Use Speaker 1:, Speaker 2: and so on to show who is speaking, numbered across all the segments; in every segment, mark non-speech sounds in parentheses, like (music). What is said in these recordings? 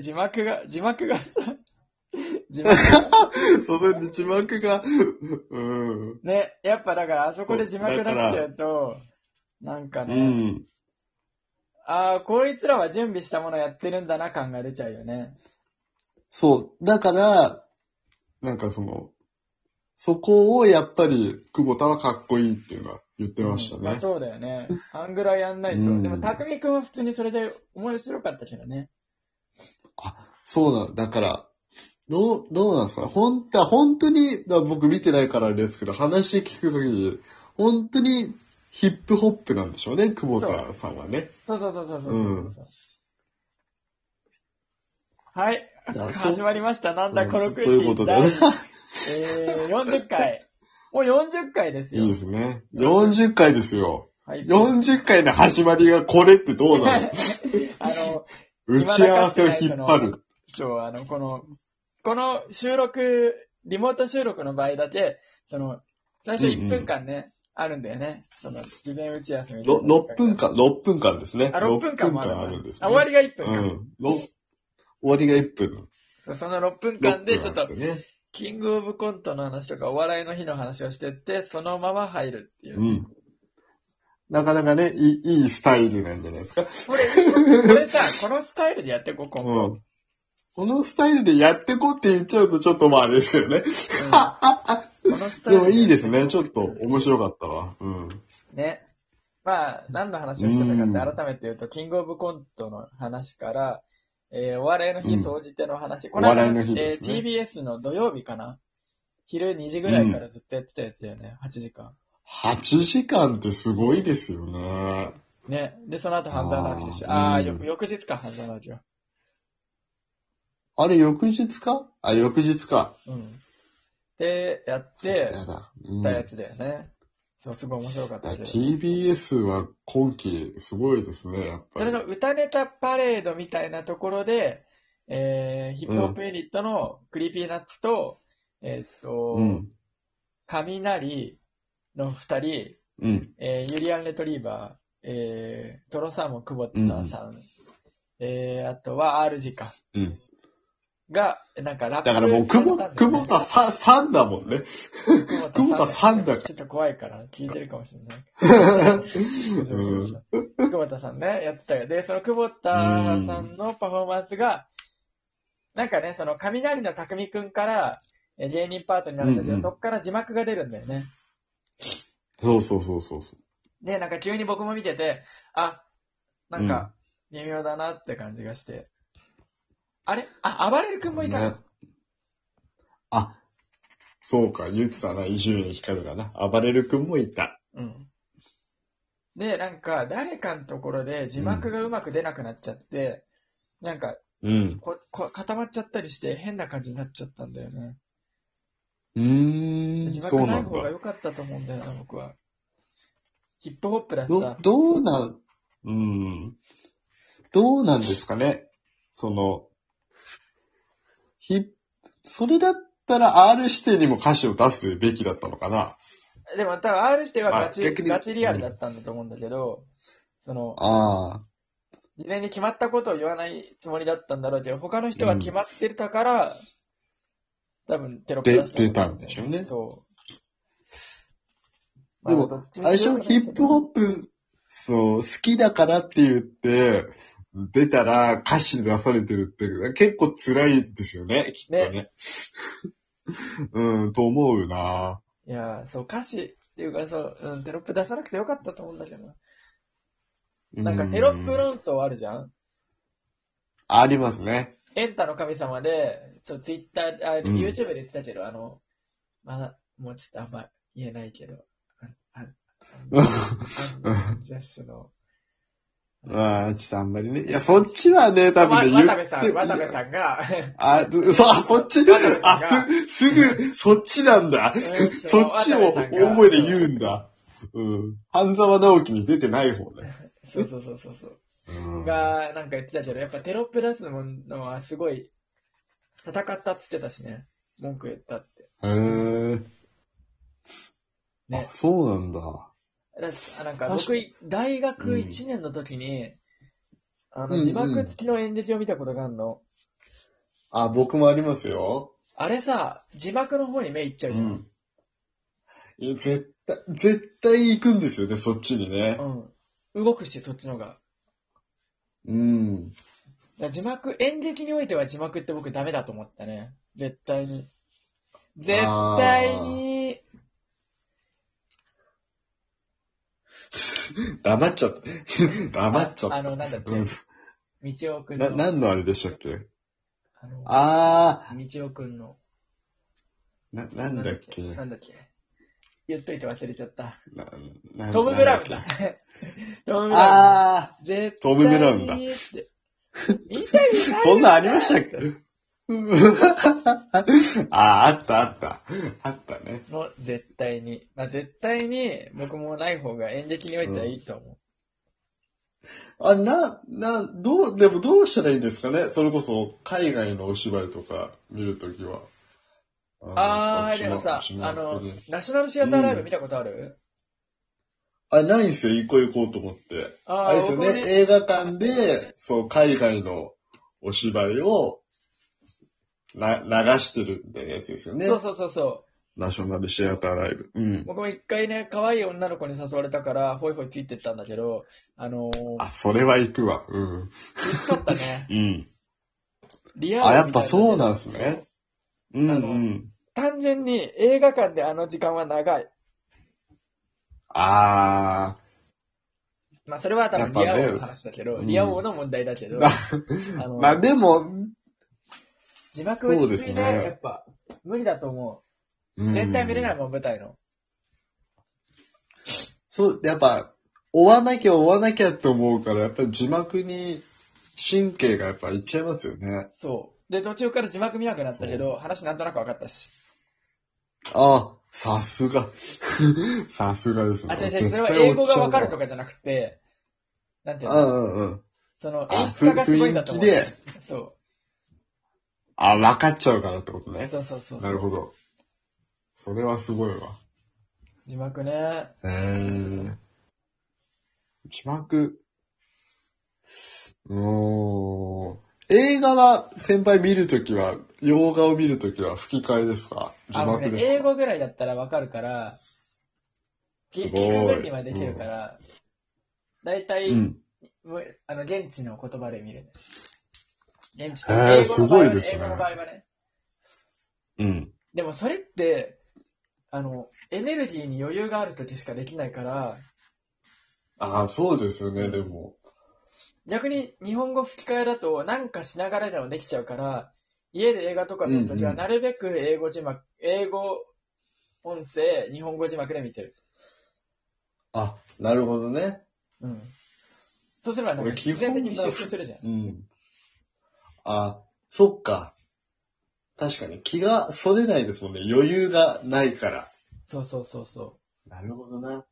Speaker 1: 字幕が、字幕がさ、字幕が
Speaker 2: (laughs) そう、それで字幕が、 (laughs) うん。
Speaker 1: ね、やっぱだからあそこで字幕出しちゃうと、なんか
Speaker 2: う
Speaker 1: ね、
Speaker 2: ん。
Speaker 1: ああ、こいつらは準備したものやってるんだな感が出ちゃうよね。
Speaker 2: そう。だから、なんかその、そこをやっぱり、久保田はかっこいいっていうのは言ってました
Speaker 1: うんまあ
Speaker 2: ね。
Speaker 1: そうだよね。あんぐらいやんないと。
Speaker 2: うん
Speaker 1: でも、たくみくんは普通にそれで面白かったけどね。
Speaker 2: そうなんだから、どう、どうなんですか本当、本当に、だ僕見てないからあれですけど、話聞く限り、本当にヒップホップなんでしょうね、久保田さんはね。
Speaker 1: そうそうそうそうそうそうそう、はい。
Speaker 2: だからそう
Speaker 1: 始まりました。なんだこのクイズ。
Speaker 2: ということでね。
Speaker 1: えー、40回。もう40回ですよ。
Speaker 2: いいですね。40回ですよ。
Speaker 1: はい。
Speaker 2: 40回の始まりがこれってどうなの
Speaker 1: (laughs) あの、
Speaker 2: 打ち合わせを引っ張る。
Speaker 1: そう、あの、この、この収録、リモート収録の場合だけ、その、最初
Speaker 2: うんう
Speaker 1: 1
Speaker 2: ん
Speaker 1: 分間ね、あるんだよね。その、事前打ち合わせみたいなのが
Speaker 2: 6分。間、6分間ですね。
Speaker 1: あ、6分間もあるんだ
Speaker 2: あるんです、
Speaker 1: あ、終わ
Speaker 2: り
Speaker 1: りが1分
Speaker 2: う
Speaker 1: か、
Speaker 2: ん。ろ終わりが1分。
Speaker 1: そうその6分間で、ちょっ
Speaker 2: 6
Speaker 1: と、
Speaker 2: 分あってね。
Speaker 1: キングオブコントの話とか、お笑いの日の話をしてって、そのまま入るっていう。
Speaker 2: うん。なかなかね、いいいいスタイルなんじゃないですか。
Speaker 1: これ、これさ、このスタイルでやっていこう、
Speaker 2: う
Speaker 1: 今後。
Speaker 2: ん。このスタイルでやってこって言っちゃうとちょっとまああれですけどね。
Speaker 1: うんこのスタイ
Speaker 2: で
Speaker 1: ル
Speaker 2: もいいですね。ちょっと面白かったわ。うん。
Speaker 1: ね。まあ、何の話をしてたか
Speaker 2: う
Speaker 1: って
Speaker 2: ん
Speaker 1: 改めて言うと、キングオブコントの話から、えーお笑いの
Speaker 2: う
Speaker 1: 日
Speaker 2: ん
Speaker 1: 総じての話。
Speaker 2: お笑いの日
Speaker 1: こ間
Speaker 2: ですね
Speaker 1: えー TBS の土曜日かな昼2時ぐらいからずっとやってたやつだよね。8時間。
Speaker 2: 8時間ってすごいですよね。
Speaker 1: ね。で、その後半沢直樹でしょ。
Speaker 2: あー
Speaker 1: ああ
Speaker 2: うん
Speaker 1: ー、翌翌日か、半沢直樹は。
Speaker 2: あれ、翌日かあ、翌日か。
Speaker 1: うん。で、やって
Speaker 2: やだ。
Speaker 1: たや
Speaker 2: う
Speaker 1: つだよね。そう、すごい面白かっ
Speaker 2: ん、
Speaker 1: たけど。
Speaker 2: TBS は今季すごいですね、やっぱり。
Speaker 1: それの歌ネタパレードみたいなところで、えー、ヒップホップユニットのクリーピーナッツと、えーっと、
Speaker 2: うん。
Speaker 1: 雷の二人、
Speaker 2: うん。
Speaker 1: えーユリアン・レトリーバー、えー、トロサーモン・久保田さん、えー、あとは RG か、
Speaker 2: うん。
Speaker 1: が、なんかラップ
Speaker 2: だからもう、久保、
Speaker 1: やったん
Speaker 2: 久
Speaker 1: だよ
Speaker 2: 保
Speaker 1: ね
Speaker 2: 田さん、さんだ
Speaker 1: (laughs)
Speaker 2: もんね。久保田さんだ
Speaker 1: ちょっと怖いから、聞いてるかもしれない。
Speaker 2: (laughs) うん。
Speaker 1: 久保田さんね、やってたよ。で、その久保田さんのパフォーマンスが、なんかね、その雷の匠くんからえ芸人パートになるんだけど、
Speaker 2: うんうん
Speaker 1: そっから字幕が出るんだよね。
Speaker 2: そうそうそうそうそう。
Speaker 1: で、なんか急に僕も見てて、あ、なんか微妙だなって感じがして。あれあ、暴れるくんもいたの、
Speaker 2: ねあ、そうか、言ってたな、伊集院光がな。暴れる君もいた。
Speaker 1: うん。で、なんか誰かのところで字幕がうまく出なくなっちゃって、なんか
Speaker 2: うん。
Speaker 1: ここ固まっちゃったりして変な感じになっちゃったんだよね。
Speaker 2: うー
Speaker 1: 字
Speaker 2: ん、そ
Speaker 1: 幕
Speaker 2: う
Speaker 1: な
Speaker 2: ないん
Speaker 1: 方が
Speaker 2: だ。
Speaker 1: 良かったと思うんだよな、僕は。ヒップホップだし
Speaker 2: ど
Speaker 1: さ、。
Speaker 2: どうなん、うん。どうなんですかね。その、ひ、それだったら R 指定にも歌詞を出すべきだったのかな。
Speaker 1: でも多分 R してはガ
Speaker 2: まあ
Speaker 1: チ、
Speaker 2: 逆に
Speaker 1: ガチリアルだったんだと思うんだけど、その、
Speaker 2: ああ。
Speaker 1: 事前に決まったことを言わないつもりだったんだろうけど、他の人は決まってたから、多分テロップ出したのかな
Speaker 2: で出たんでしょうね
Speaker 1: そう。
Speaker 2: でも
Speaker 1: まあどっち
Speaker 2: 最
Speaker 1: しろ
Speaker 2: 初ヒップホップ、そう、好きだからって言って、出たら歌詞出されてるって、結構辛いですよね、きっとね。 (laughs) うん、と思うない
Speaker 1: やー、そう、歌詞っていうか、そう、うん、テロップ出さなくてよかったと思うんだけどな。
Speaker 2: な
Speaker 1: なんかテロップ論争あるじゃん
Speaker 2: ありますね。
Speaker 1: エンタの神様で、そう、ツイッター、あ、
Speaker 2: ん
Speaker 1: YouTube で言ってたけど、あの、まだ、もうちょっとあんま言えないけど、あ、あ、あ、ジャッシュの、
Speaker 2: ああ、ちょっとあんまりね。いや、そっちはね、多分ね、
Speaker 1: わ渡部さ
Speaker 2: 言
Speaker 1: ん、
Speaker 2: って
Speaker 1: 渡部さんが、
Speaker 2: あ、そう、あそっち
Speaker 1: 渡部さん、が
Speaker 2: あ、す、すぐ、そっちなんだ。
Speaker 1: うん
Speaker 2: そっちを大声で言うんだ。うん。半沢直樹に出てない方ね。
Speaker 1: そうそうそうそうそう。
Speaker 2: うん。
Speaker 1: が、なんか言ってたけど、やっぱテロップ出すのはすごい、戦ったっつってたしね。文句言ったって。
Speaker 2: へえ。
Speaker 1: ね
Speaker 2: あ、そうなんだ。
Speaker 1: だあなんか、
Speaker 2: 確か
Speaker 1: 僕
Speaker 2: に、
Speaker 1: 大学1年の時に、あ
Speaker 2: うん
Speaker 1: の、
Speaker 2: うん
Speaker 1: 字幕付きの演劇を見たことがあるの。
Speaker 2: あ、僕もありますよ。
Speaker 1: あれさ、字幕の方に目いっちゃ
Speaker 2: う
Speaker 1: うじゃん。
Speaker 2: ん。いや絶対、絶対行くんですよね、そっちにね。
Speaker 1: うん。動くし、そっちの方が。だか
Speaker 2: うん。
Speaker 1: ら字幕、演劇においては字幕って僕ダメだと思ったね。絶対に。絶対に、
Speaker 2: 黙っちゃった。黙っちゃっ
Speaker 1: あ
Speaker 2: た。 (laughs)
Speaker 1: の、なんだっけ、
Speaker 2: うん
Speaker 1: みちおくん
Speaker 2: な、
Speaker 1: の。
Speaker 2: 何のあれでしたっけ
Speaker 1: あの
Speaker 2: あ
Speaker 1: みちおくんの。
Speaker 2: ー、な、なんだっけ
Speaker 1: な
Speaker 2: なん
Speaker 1: だっけ。言っといて忘れちゃった。
Speaker 2: な
Speaker 1: トム・ブラウン
Speaker 2: なん
Speaker 1: だ
Speaker 2: (laughs) っけ。
Speaker 1: トム・ブラウン。
Speaker 2: あ
Speaker 1: 絶対に
Speaker 2: トムブラウンだ
Speaker 1: って見たり
Speaker 2: ー、そんなんありましたっけ (laughs) あー、あったあった。あったね。
Speaker 1: の、絶対に。まあ、絶対に、僕もない方が演劇においてはいいと思う。
Speaker 2: あ、な、な、どう、でもどうしたらいいんですかねそれこそ、海外のお芝居とか見るときは。
Speaker 1: あ
Speaker 2: ー
Speaker 1: ー、でもさ、あ、の
Speaker 2: こっちこっちこっち、
Speaker 1: ナショナルシアターライブ見たことある、
Speaker 2: あ、ないんですよ、行こう行こうと思って。
Speaker 1: あ
Speaker 2: あれですよ
Speaker 1: 僕も
Speaker 2: ね、映画館で、そう、海外のお芝居を、な、流してるみたいなやつですよね。
Speaker 1: そうそうそうそ
Speaker 2: ナショナルシアターライブ。うん
Speaker 1: う。。僕も一回ね、可愛い女の子に誘われたから、ホイホイついてったんだけど、あのー、
Speaker 2: あ、それは行くわ。うん。
Speaker 1: きつかったね。
Speaker 2: うん。
Speaker 1: リアル
Speaker 2: あ、やっ
Speaker 1: みた
Speaker 2: ぱ
Speaker 1: い
Speaker 2: そうなんですね。。うんう
Speaker 1: あの
Speaker 2: ん。
Speaker 1: 単純に映画館であの時間は長い。
Speaker 2: あ
Speaker 1: まあ、それは多分リア王
Speaker 2: やっぱね
Speaker 1: の話だけど、
Speaker 2: うん
Speaker 1: リア王の問題だけ
Speaker 2: ー。
Speaker 1: ど、
Speaker 2: ま
Speaker 1: あ
Speaker 2: あ、
Speaker 1: の、
Speaker 2: (laughs) まあでも、
Speaker 1: 字幕は
Speaker 2: そうで
Speaker 1: きつ
Speaker 2: す
Speaker 1: い
Speaker 2: ね
Speaker 1: ね、やっぱ。無理だと思
Speaker 2: う
Speaker 1: う。
Speaker 2: ん
Speaker 1: 絶対見れないもん、舞台の。
Speaker 2: そう、やっぱ、追わなきゃ追わなきゃって思うから、やっぱり字幕に神経がやっぱいっちゃいますよね。
Speaker 1: そう。で、途中から字幕見なくなったけど、話なんとなく分かったし。
Speaker 2: ああ、さすが。 (laughs) さすがですね。
Speaker 1: あ、違う違う、それは英語がわかるとかじゃなくて、なんていう
Speaker 2: う
Speaker 1: の
Speaker 2: んうんうん。
Speaker 1: その
Speaker 2: あ
Speaker 1: 演出家がすごいんだと思う。
Speaker 2: 雰囲気
Speaker 1: そ
Speaker 2: あ、分かっちゃうからってこと
Speaker 1: う。
Speaker 2: ね。
Speaker 1: そうそうそう。
Speaker 2: なるほ。ど。それはすごいわ。
Speaker 1: 字幕ね。
Speaker 2: へえ。字幕。うーん。映画は、先輩見るときは、洋画を見るときは吹き替えですか字
Speaker 1: あ、もう
Speaker 2: 幕
Speaker 1: ね
Speaker 2: で、すか
Speaker 1: 英語ぐらいだったらわかるから、き
Speaker 2: す
Speaker 1: 聞
Speaker 2: ごい
Speaker 1: く分にはできるから、だいたい、
Speaker 2: うん。
Speaker 1: むあの、現地の言葉で見るね。現地
Speaker 2: へー
Speaker 1: 英語の場合は
Speaker 2: すごいですね
Speaker 1: 英語の場合はね。
Speaker 2: うん。
Speaker 1: でもそれって、あの、エネルギーに余裕がある時しかできないから、
Speaker 2: ああ、そうですよね、でも。
Speaker 1: 逆に日本語吹き替えだとなんかしながらでもできちゃうから、家で映画とか見るとき
Speaker 2: う
Speaker 1: は
Speaker 2: んうん
Speaker 1: なるべく英語字幕、英語音声、日本語字幕で見てる。
Speaker 2: あ、なるほどね。
Speaker 1: うん。そうすればなんか
Speaker 2: 俺基
Speaker 1: 自
Speaker 2: 本
Speaker 1: 然的に集中するじゃん。
Speaker 2: うん。あ、そっか。確かに気がそれないですもんね。余裕がないから。
Speaker 1: そうそうそうそ
Speaker 2: なるほどな。
Speaker 1: う。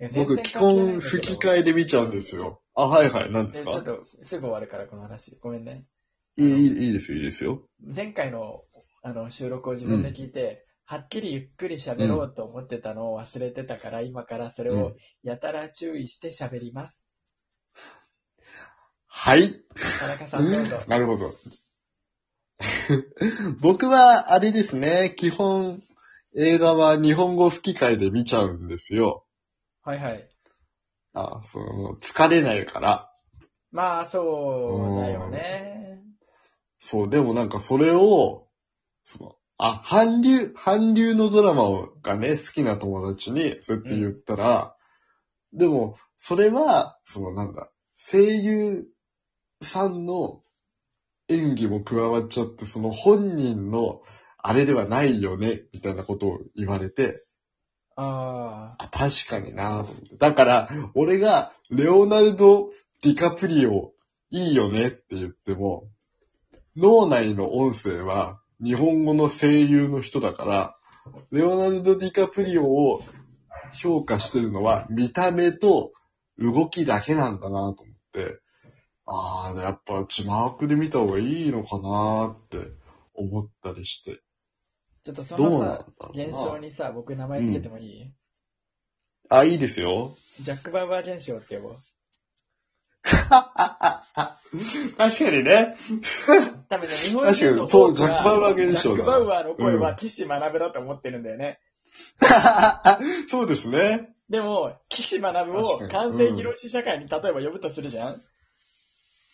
Speaker 1: いや
Speaker 2: 僕、基本吹き替えで見ちゃうんですよ。あ、はいはい、なんです
Speaker 1: えちょっ
Speaker 2: か
Speaker 1: とすぐ終わるからこの話。ごめんね。
Speaker 2: いい、いいいいですよ、いいですよ。
Speaker 1: 前回のあの収録を自分で聞いて、はっきりゆっくり喋ろうと思ってたのを忘れてたから、今からそれ
Speaker 2: う
Speaker 1: をやたら注意して喋ります。
Speaker 2: はい。
Speaker 1: 田中さんどうぞ。
Speaker 2: なるほど。 (laughs) 僕は、あれですね、基本、映画は日本語吹き替えで見ちゃうんですよ。
Speaker 1: はいはい。
Speaker 2: あ、その、疲れないから。
Speaker 1: まあ、そうだよね。
Speaker 2: そう、でもなんかそれを、その、あ、韓流、韓流のドラマをがね、好きな友達に、そうやって言ったら、でも、それは、そのなんだ、声優さんの演技も加わっちゃって、その本人の、あれではないよね、みたいなことを言われて、
Speaker 1: ああ。
Speaker 2: あ、確かになぁと思って。だから、俺が、レオナルド・ディカプリオ、いいよねって言っても、脳内の音声は、日本語の声優の人だから、レオナルド・ディカプリオを評価してるのは、見た目と動きだけなんだなぁと思って、ああ、やっぱ字幕で見た方がいいのかなぁって思ったりして、
Speaker 1: ちょっとそ
Speaker 2: どう
Speaker 1: の
Speaker 2: なんだ
Speaker 1: さ、
Speaker 2: ろう
Speaker 1: 現象
Speaker 2: な。
Speaker 1: にさ、僕名前つけてもいい、
Speaker 2: あ、いいですよ。
Speaker 1: ジャック・バーバー現象って呼ぼう。
Speaker 2: はははは確かにね。
Speaker 1: 多分ね、日本
Speaker 2: 確か
Speaker 1: 人の
Speaker 2: に、そ
Speaker 1: 多
Speaker 2: う、
Speaker 1: く
Speaker 2: ジャック・バウアー現
Speaker 1: ジャッ
Speaker 2: 象だ
Speaker 1: ク・
Speaker 2: な。
Speaker 1: バウアーの声は岸学だと思ってるんだよね。
Speaker 2: うん。 (laughs) そうですね。
Speaker 1: でも、岸学を
Speaker 2: 確かに
Speaker 1: 完成披露し社会に例えば呼ぶとするじゃん、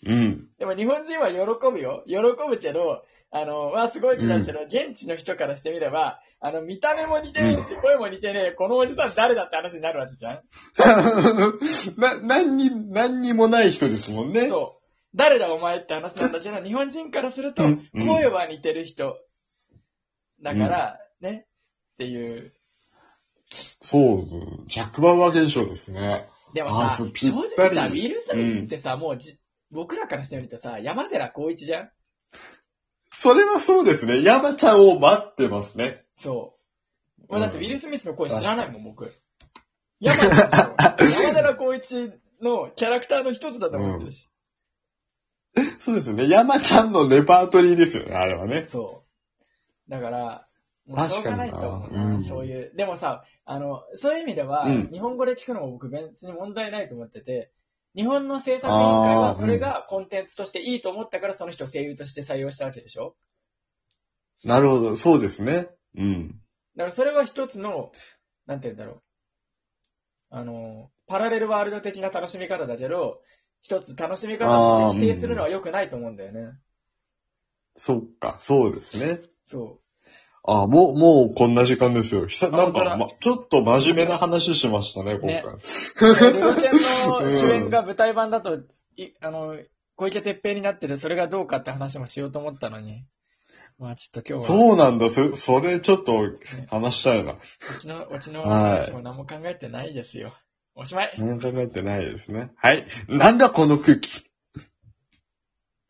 Speaker 2: うん。
Speaker 1: でも日本人は喜ぶよ。喜ぶけど、あの、わあ、すごいってなるけど、現地の人からしてみれば、あの、見た目も似てねえし、声も似てねえ、このおじさん誰だって話になるわけじゃん
Speaker 2: (laughs) な、何に、何にもない人ですもんね。
Speaker 1: そう。誰だお前って話なんだけど、
Speaker 2: (laughs)
Speaker 1: 日本人からすると
Speaker 2: うん、うん
Speaker 1: 声は似てる人。だから、ね、っていう。
Speaker 2: そう、ジャック・バウアー現象ですね。
Speaker 1: でも
Speaker 2: あー
Speaker 1: さ、
Speaker 2: そ
Speaker 1: 正
Speaker 2: うぴっ
Speaker 1: 直
Speaker 2: たり
Speaker 1: さ、ウィル・スミスってさ、もうじ、僕らからしてみるとさ、山寺宏一じゃん
Speaker 2: それはそうですね。山ちゃんを待ってますね。
Speaker 1: そう。
Speaker 2: うん
Speaker 1: もうだってウィル・スミスの声知らないもん、僕。山寺の山寺宏一のキャラクターの一つだと思ってるし。
Speaker 2: そうですね。山ちゃんのレパートリーですよね、あれはね。
Speaker 1: そう。だから、もうしょうがないと思う
Speaker 2: 確かにな
Speaker 1: な、
Speaker 2: うん
Speaker 1: そういう。でもさ、あの、そういう意味では、
Speaker 2: うん
Speaker 1: 日本語で聞くのも僕別に問題ないと思ってて、日本の制作委員会はそれがコンテンツとしていいと思ったから、その人を声優として採用したわけでしょ
Speaker 2: なるほど、そうですね。うん。
Speaker 1: だからそれは一つの、なんて言うんだろう。あの、パラレルワールド的な楽しみ方だけど、一つ楽しみ方として否定するのは良くないと思うんだよね。
Speaker 2: そっか、そうですね。 (laughs)
Speaker 1: そ
Speaker 2: あ、もう、もうこんな時間ですよ。久
Speaker 1: あ
Speaker 2: な
Speaker 1: 本
Speaker 2: ん
Speaker 1: 当
Speaker 2: か、
Speaker 1: だ
Speaker 2: ま、ちょっと真面目な話しましたね、今回。
Speaker 1: ねう。ルロケンの主演が舞台版だと、いあの、小池徹平になってる、それがどうかって話もしようと思ったのに。まあちょっと今日は、
Speaker 2: (laughs) そうなんだ、そそれちょっと話したいな。
Speaker 1: うちの、うちの
Speaker 2: はい
Speaker 1: 話も何も考えてないですよ。おしまい
Speaker 2: 何も考えてないですね。はい。なんだこの空気。